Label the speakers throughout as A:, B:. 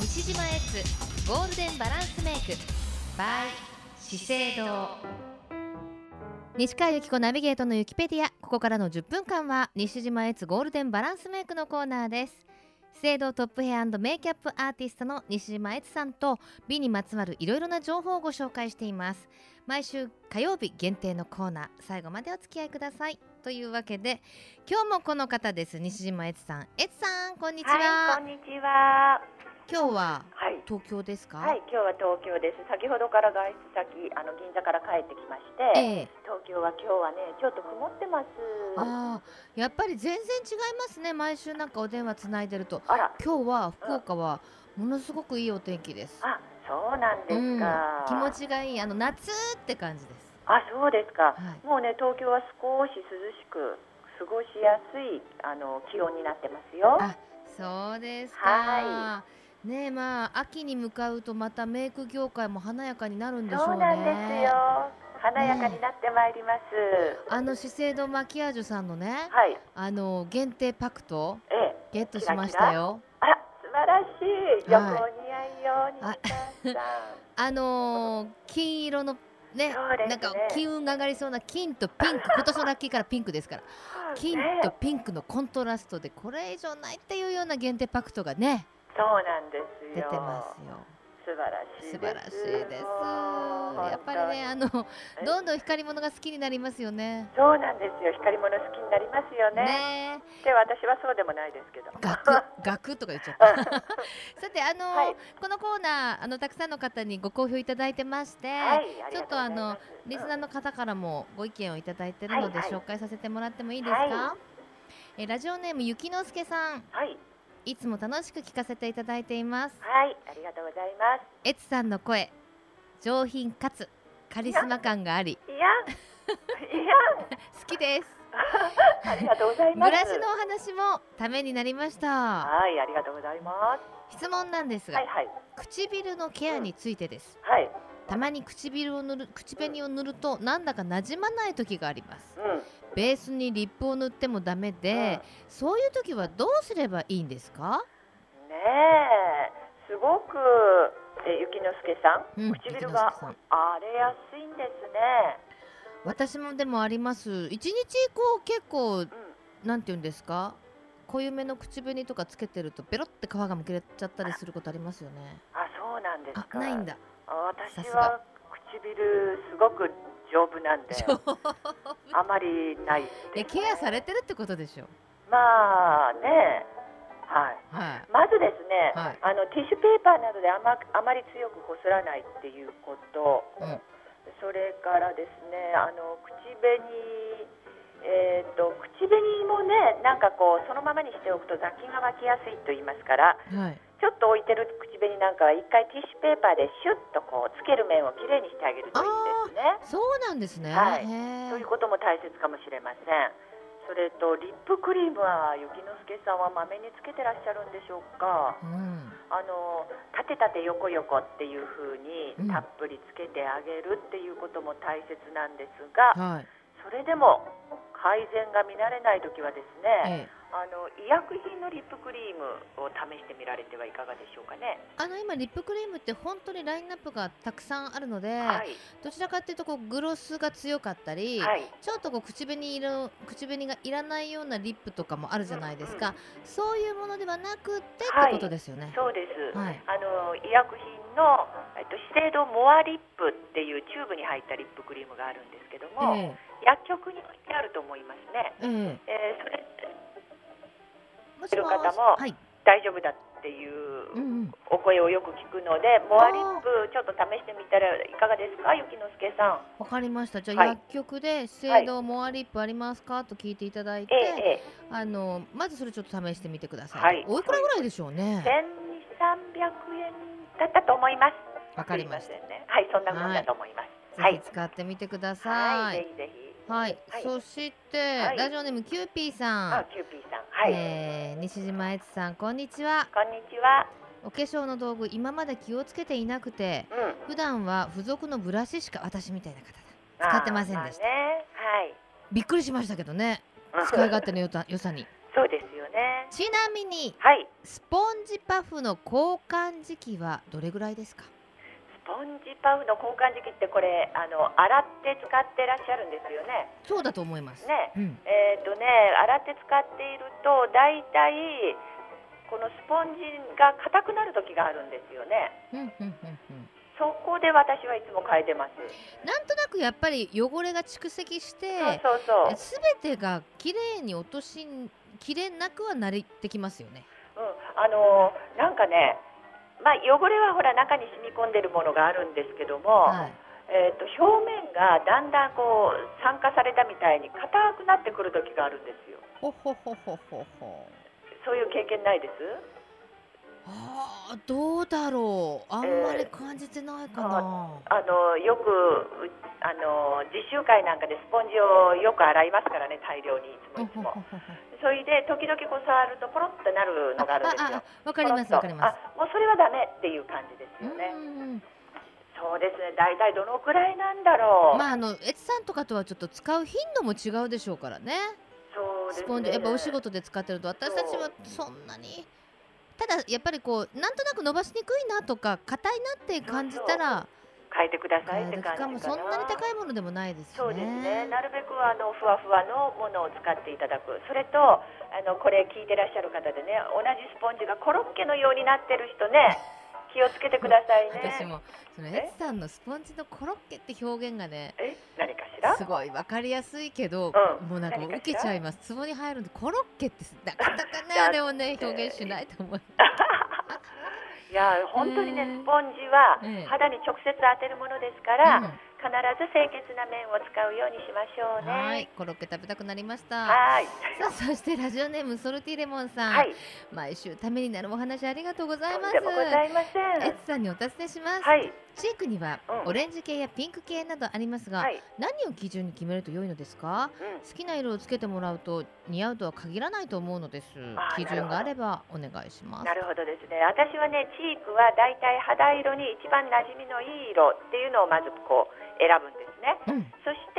A: 西島エッツゴールデンバランスメイク by 資生堂西川由紀子ナビゲートのユキペディアここからの10分間は西島エッツゴールデンバランスメイクのコーナーです資生堂トップヘアメイキャップアーティストの西島エッツさんと美にまつわるいろいろな情報をご紹介しています毎週火曜日限定のコーナー最後までお付き合いくださいというわけで今日もこの方です西島エッツさんエッツさんこんにちは、
B: はい、こんにちは。
A: 今日は
B: はい。
A: 東京ですか、
B: はい、今日は東京です。先ほどから外出先、あの銀座から帰ってきまし
A: ええ
B: て、東京は今日はね、ちょっと曇ってます。あ
A: ああやっぱり全然違いますね毎週なんかお電話つないでると
B: ら、
A: 今日は福岡はものすごくいいお天気です、
B: あ、そうなんですか。
A: 気持ちがいいあの夏って感じです
B: あ、そうですか。
A: はい
B: もうね、東京は少し涼しく過ごしやすいあの気温になってますよ。
A: あそうですか
B: は
A: ねえまあ秋に向かうとまたメイク業界も華やかになるんでしょうね
B: そうなんですよ。華やかになってまいります。
A: あの資生堂マキアージュさんのね
B: はい。
A: あの限定パクト
B: ええ。
A: ゲットしましたよ
B: あら、素晴らしい。よ
A: はい
B: くお似合いよ、西
A: あ
B: 川さん。
A: あのー金色のね
B: そうですね
A: なんか金運が上がりそうな金とピンク今年のラッキーからピンクですから金
B: ね
A: とピンクのコントラストでこれ以上ないっていうような限定パクトがね
B: そうなんですよ。
A: 出てますよ
B: 素晴らしいです。
A: 素晴らしいです
B: もう
A: やっぱりねあ
B: 本
A: の
B: 当に
A: どんどん光り物が好きになりますよね
B: そうなんですよ。光り物好きになりますよね。
A: ねえ
B: で、私はそうでもないですけど。
A: ガク ガクとか言っちゃったさてあのー
B: はい
A: このコーナーあのたくさんの方にご好評いただいてまして、
B: はい、ありが
A: ちょっ
B: うご
A: と
B: ざ
A: あ
B: いま
A: の
B: す
A: リスナーの方からもご意見をいただいてる
B: はい
A: ので
B: はい
A: 紹介させてもらってもいいですか、
B: は
A: えーラジオネームゆきのすけさん
B: うんはい、
A: いつも楽しく聞かせていただいています
B: はい、ありがとうございま
A: えつさんの声上品かつカリスマ感があり
B: す。いや、いや、
A: 好きです
B: ありがとうござい
A: ブ
B: ます。
A: ラシのお話もためになりました
B: はい、ありがとうございま
A: 質問なんです
B: す。
A: が、
B: はい、はい、
A: 唇のケアについてです
B: はい、
A: たまに唇を塗る口紅を塗るとなんだかなじまない時があります
B: うん、
A: ベースにリップを塗ってもダメで、そういう時はどうすればいいんですか
B: うんねえ、すごく、え、ゆきのすけさん、
A: うん
B: 唇
A: 一之輔さ
B: が
A: ん
B: 荒れやすいんですね。
A: 私もでもあります一日こう結構
B: うん。
A: なんて言うんですか濃ゆめの口紅とかつけてるとベロって皮がむけれちゃったりすることありますよね
B: あ、そうなんです
A: あ
B: か。
A: ないん。だ
B: あ
A: さ
B: 私
A: すが
B: は唇すごく丈夫なんで、あまりない
A: え
B: ですね
A: ケアされてるってことでしょ
B: まあね、はい。
A: は
B: まずですね、
A: はい
B: あのティッシュペーパーなどであまあまり強くこすらないっていうこと、
A: うん
B: それからですね、あの口紅、えー、と口紅もね、なんかこうそのままにしておくと雑菌が湧きやすいと言いますから、
A: いはい
B: ちょっと置いてる口紅なんかは一回ティッシュペーパーでシュッとこうつける面をきれいにしてあげるといいで
A: そ
B: すね。
A: うなんですね、
B: はい
A: へえ
B: そういうことも大切かもしれません。それとリップクリームはゆきのすけさんはまめにつけてらっしゃるんでしょうか。
A: うん
B: あの縦縦横横っていう風に
A: うん
B: たっぷりつけてあげるっていうことも大切なんです
A: は
B: が、
A: い
B: それでも改善が見られない時はです
A: え
B: ね、
A: え
B: あの医薬品のリップクリームを試してみられてはいかがでしょうかね。
A: あの今リップクリームって本当にラインナップがたくさんあるので、
B: はい、
A: どちらかっていうとこうグロスが強かったり、
B: はい、
A: ちょっとこう口紅色口紅がいらないようなリップとかもあるじゃないですか、そういうものではなくてってことですよね、
B: そうです。
A: はい
B: あの医薬品のえっと資生堂モアリップっていうチューブに入ったリップクリームがあるんですけども、
A: え
B: 薬局に置いてあると思いますね。
A: ええ
B: えーそれって
A: えも
B: てる方も
A: はい、
B: 大丈夫だってい
A: うん
B: う
A: うん、
B: お声をよく聞くので、モアリップちょっと試してみたらいかがですか、ゆきのすけさん。
A: わかりましたじゃあ、
B: はい
A: 薬局で資生堂モアリップありますかと聞いていただいて、
B: ええええ
A: あのまずそれちょっと試してみてください、
B: はい
A: おいくらぐらいでしょうね
B: 千三百円だったと思います。
A: わかりました
B: すいせんね。はい、そんなもんだと思います。
A: ぜ
B: は
A: ひ
B: い、
A: 使ってみてくださ
B: はいい、ぜひぜひ。
A: はい、
B: はい
A: そして、
B: はい
A: ラジオネームキューピーさ
B: あ
A: ん、、
B: キューピーさん、はい。
A: えー西島悦さんこんにちは
B: こんにちは。
A: お化粧の道具今まで気をつけていなくて
B: うん。
A: 普段は付属のブラシしか私みたいな方だ使ってませんでした
B: あーまあね、
A: びっくりしましたけどね
B: は い。
A: 使い勝手のよた良さに
B: そうですよね。ね。
A: ちなみに
B: はい。
A: スポンジパフの交換時期はどれぐらいですか
B: スポンジパフの交換時期ってこれあの洗って使ってらっしゃるんですよね。
A: そうだと思います、
B: ね。
A: うん、
B: えっ、とね洗って使っているとだいたいこのスポンジが硬くなる時があるんですよね。
A: うんうんうんうん
B: そこで私はいつも変えてます。
A: なんとなくやっぱり汚れが蓄積して
B: そうそうそう。
A: すべてが綺麗に落としきれなくはなりってきますよね
B: うん、あのーなんかね、まあ、汚れはほら中に染み込んでるものがあるんですけども、
A: はい
B: えー、と表面がだんだんこう酸化されたみたいに硬くなってくる時があるんですよ
A: ほほほほほほ
B: そういう経験ないです
A: あーどうだろうあんまり感じてないかな、
B: あのよくうあの実習会なんかでスポンジをよく洗いますからね大量にいつもいつ
A: ほほほ
B: も
A: ほ
B: それで時々こう触るとポロッとなるのがあるんです
A: あ
B: よ
A: わ
B: ポ
A: かり
B: ロ
A: ま
B: ッ
A: す
B: と
A: わかります
B: あもうそれはダメっていう感じですよね
A: うんうんうん
B: そうですね大体どのくらいなんだろう、
A: まああのエツさんとかとはちょっと使う頻度も違うでしょうからね
B: そうで
A: ス
B: すね
A: ポンジやっぱお仕事で使ってると私たちはそんなにただやっぱりこうなんとなく伸ばしにくいなとか硬いなって感じたら
B: 変えてくださ
A: 買
B: いっ
A: え
B: て
A: る
B: 感じ
A: か
B: か
A: も
B: な
A: そんなに高いものでもないですし
B: そうです
A: ね
B: ね。なるべくあのふわふわのものを使っていただく。それとあのこれ聞いてらっしゃる方でね、同じスポンジがコロッケのようになってる 人ね、気をつけてくださいね。
A: 私もそのエツさんのスポンジのコロッケって表現がね
B: え、何かしら？
A: すごいわかりやすいけど、
B: うん
A: もうなんか
B: 何か
A: 受
B: しら
A: けちゃいます壺に入るんでコロッケって なかなかね
B: だって
A: あれをね表現しないと思う、
B: いや本当にね、
A: ね
B: スポンジは
A: ええ
B: 肌に直接当てるものですか
A: う
B: ら、
A: ん
B: 必ず清潔な面を使うようにしましょう
A: はーい
B: ね。
A: コロッケ食べたくなりました
B: はーい。
A: さあそしてラジオネームソルティレモンさん、
B: はい。
A: 毎週ためになるお話ありがとうござい
B: と
A: ま
B: ん
A: す
B: でもございませ
A: エ
B: ん。
A: ツさんにお尋ねします、
B: はい。
A: チークには
B: うん
A: オレンジ系やピンク系などありますが、
B: はい。
A: 何を基準に決めると良いのですか
B: うん。
A: 好きな色をつけてもらうと似合うとは限らないと思うのです
B: あー
A: 基準があればお願いします
B: なるほどですね私はねチークはだいたい肌色に一番馴染みのいい色っていうのをまずこう選ぶんですね
A: うん
B: そして、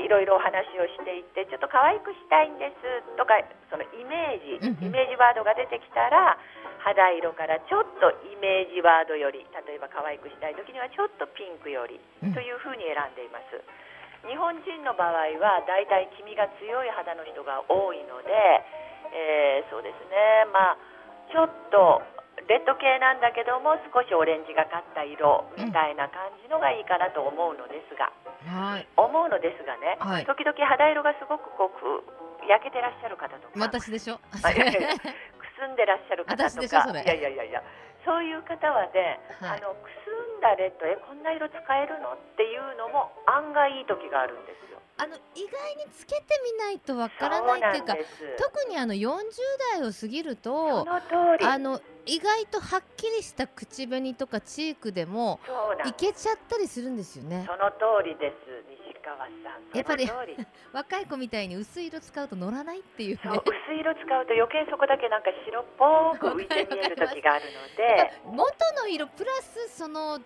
B: えーいろいろお話をしていってちょっと可愛くしたいんですとかそのイメージ
A: うんうん
B: イメージワードが出てきたら肌色からちょっとイメージワードより例えば可愛くしたい時にはちょっとピンクより
A: うん
B: というふうに選んでいます日本人の場合はだいたい黄身が強い肌の人が多いので、えーそうですねまあちょっとレッド系なんだけども少しオレンジがかった色みたいな感じのがいいかなと思うのですが、
A: はい
B: 思うのですがね、
A: はい
B: 時々肌色がすごくこうく焼けてらっしゃる方と か、
A: 私でしょ
B: あいやいやいやくすんでらっしゃる方
A: 私
B: と
A: でしょ
B: か、
A: それ
B: いやいやいやいや、そういう方はね、
A: はい
B: あのくすんだレッドえこんな色使えるのっていうのも案外いい時があるんですよ。
A: あの意外につけてみないとわからないっていうか
B: そうなんです
A: 特にあの40代を過ぎる
B: そ
A: と
B: の通り。
A: あの意外とはっきりした口紅とかチークでも
B: そうなん
A: い
B: です。
A: けちゃったりするんですよね
B: その通りです西川さん。
A: やっぱり
B: その通り
A: 若い子みたいに薄い色使うと乗らないっていうね
B: そう薄い色使うと余計そこだけなんか白っぽく浮いて見える時がある ので
A: 元の色プラスその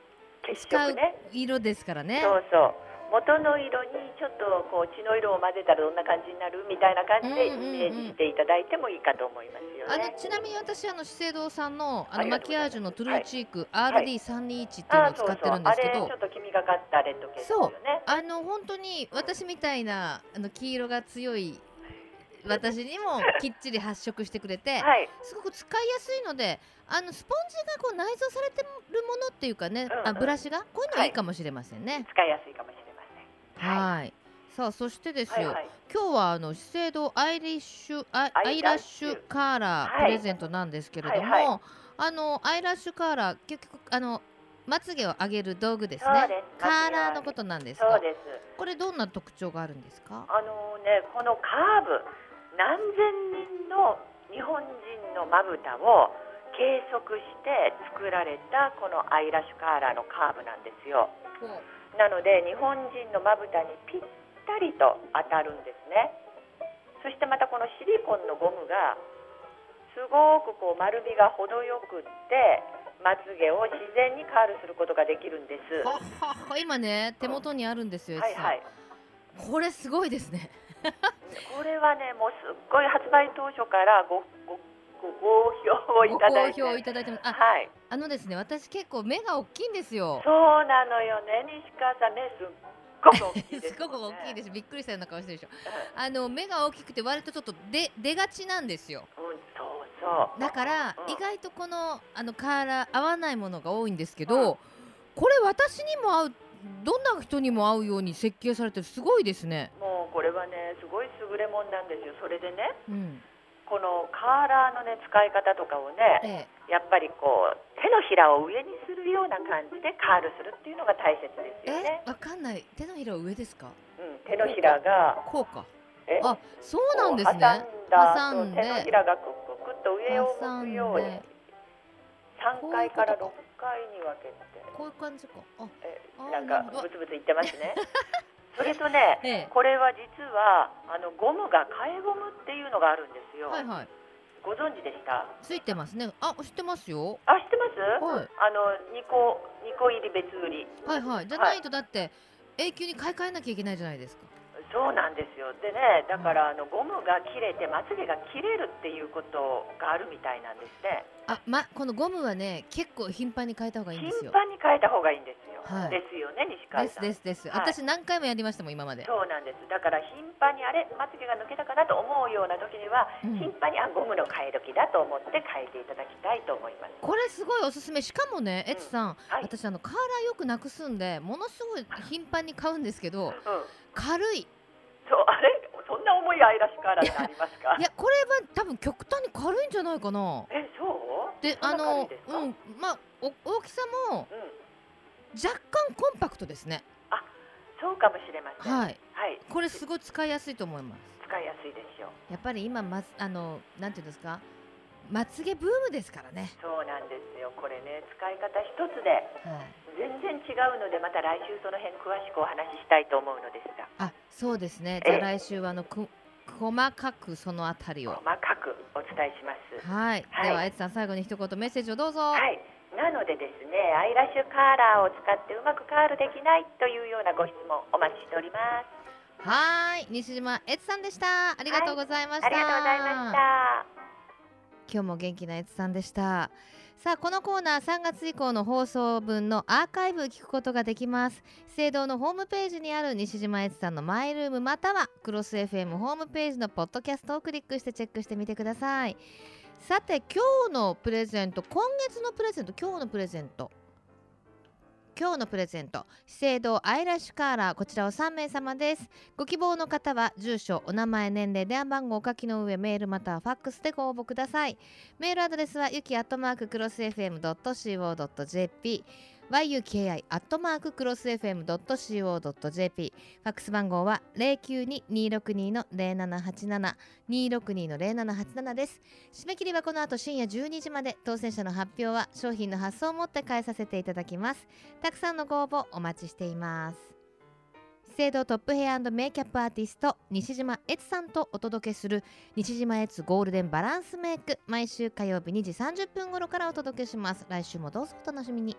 B: 結
A: 使う
B: 局ね
A: 色ですからね
B: そうそう元の色にちょっとこう血の色を混ぜたらどんな感じになるみたいな感じで
A: うんうんうん
B: イメージしていただいてもいいかと思いますよ
A: あの
B: ね。
A: ちなみに私あの資生堂さんのあ
B: あ
A: の
B: り
A: マ
B: がとう
A: キ
B: ござ
A: アー
B: います
A: ジュのトゥルーチーク RD321 っていうの
B: あ
A: を
B: そ
A: 使
B: うそ
A: ってる
B: うん
A: で
B: あ
A: す
B: れ
A: け
B: ち
A: ど
B: ょっと黄身がかったレッド系ですよね。
A: あの本当に私みたいなあの黄色が強い私にもきっちり発色してくれて、
B: はい、
A: すごく使いやすいのであのスポンジがこう内蔵されてるものっていうかね、
B: うん
A: あ
B: うん
A: ブラシがこういうのはいいかもしれませんね。
B: 使いやすいかもしれません。
A: はいさあそしてです
B: はい
A: よ、
B: はい
A: 今日はあの資生堂アイリッシュアイ
B: アイ
A: アイラッシ
B: ラッ
A: ュ
B: シュ
A: カーラー
B: はい
A: プレゼントなんですけれども、
B: はいは
A: あのアイラッシュカーラー結局あのまつげを上げる道具です
B: そう
A: ね
B: です
A: カーラーのことなんです
B: そう
A: が
B: です。
A: これどんな特徴があるんですか
B: あのねこのカーブ何千人の日本人のまぶたを計測して作られたこのアイラッシュカーラーのカーブなんですよなので日本人のまぶたにぴったりと当たるんですねそしてまたこのシリコンのゴムがすごくこう丸みが程よくってまつげを自然にカールすることができるんです
A: ほっほっほ今ね手元にあるんですよ、
B: はいはい
A: 実はこれすごいですね
B: これはねもうすっごい発売当初からごごご好評をいただいて
A: ご好評いただいてますあ
B: はい
A: あのですね私結構目が大きいんですよ
B: そうなのよね西川さん目すっごく大きいです
A: ごく大きい ですすびっくりしたような顔してるでしょあの目が大きくて割とちょっと出出がちなんですよ
B: うん、うんそうそう
A: だから
B: うん
A: 意外とこのあのカーラー合わないものが多いんですけ
B: うん
A: どこれ私にも合うどんな人にも合うように設計されてるすごいですね、
B: もうこれはねすごい優れもんなんですよそれでね
A: うん
B: このカーラーのね使い方とかを
A: え
B: ね
A: え
B: やっぱりこう手のひらを上にするような感じでカールするっていうのが大切ですよ
A: え
B: ね、
A: わかんない手のひら上ですか
B: うん、手のひらが
A: こうか
B: え
A: あそうなんですね
B: 挟
A: 挟ん
B: ん
A: で
B: だ手のひらがクッククッと上を向くように
A: 挟んで
B: 3回から6回に分けて
A: こういう感じかあ
B: え
A: あー
B: なんか
A: なるほど
B: ブツブツ言ってま すねそれとね
A: ええ
B: これは実はあのゴムが替えゴムっていうのがあるんですよ、
A: はいはい
B: ご存知でした
A: ついてますねあ知ってますよ
B: あ知ってます、
A: はい
B: あの2個2個入り別売り
A: はいはいじゃないとだって永久に買い替えなきゃいけないじゃないですか
B: そうなんですよでねだからあのゴムが切れてまつげが切れるっていうことがあるみたいなんですね
A: あまこのゴムはね結構頻繁に変えた方がいいん
B: 頻
A: ですよ
B: 繁に変えた方がいいんですよ、
A: はい
B: ですよね西川
A: で
B: さ
A: す
B: ん
A: ですです、
B: はい
A: 私何回もやりましたもん今まで
B: そうなんですだから頻繁にあれまつげが抜けたかなと思うような時には、
A: うん
B: 頻繁にあゴムの替え時だと思って変えていただきたいと思います
A: これすごいおすすめしかもねエツさん、
B: はい、
A: 私あのカーラーよくなくすんでものすごい頻繁に買うんですけど
B: うん
A: 軽い
B: そうあれそんな重いアイラッシュカーラーってありますか
A: いやこれは多分極端に軽いんじゃないかな
B: えそう
A: で
B: そん
A: あ
B: な感
A: の
B: じですか
A: う
B: うん
A: んまあお大きさも若干コンパクトですね
B: そうかもしれません
A: はい
B: はい、
A: これすごい使いやすいと思います
B: 使いやすいでしょう
A: やっぱり今まつあのなんていうんですかまつげブームですからね
B: そうなんですよこれね使い方一つで
A: はい
B: 全然違うのでまた来週その辺詳しくお話ししたいと思うのですが
A: あそうですね
B: え
A: じゃあ
B: え
A: 来週はあのく細かくそのあたりを
B: 細かくお伝えします
A: はい、
B: はい
A: ではエツさん最後に一言メッセージをどうぞは、
B: はいい、なのでですね、アイラッシュカーラーを使ってうまくカールできないというようなご質問お待ちしております。
A: い西島エツさんでしたありがとうございました、
B: ありがとうございました。
A: 今日も元気なエツさんでしたさあこのコーナー3月以降の放送分のアーカイブ聞くことができます資生堂のホームページにある西島エツさんのマイルームまたはクロス FM ホームページのポッドキャストをクリックしてチェックしてみてくださいさて今日のプレゼント今月のプレゼント今日のプレゼント今日のプレゼント資生堂アイラッシュカーラーこちらを3名様ですご希望の方は住所お名前年齢電話番号をお書きの上メールまたはファックスでご応募くださいメールアドレスはゆきアットマーククロス FM.co.jp yuki アットマーククロス FM.co.jp ファックス番号は092262の0787 262の0787です締め切りはこの後深夜12時まで当選者の発表は商品の発送をもって返させていただきますたくさんのご応募お待ちしています資生堂トップヘアメイキャップアーティスト西島悦さんとお届けする西島悦ゴールデンバランスメイク毎週火曜日2時30分頃からお届けします来週もどうぞお楽しみに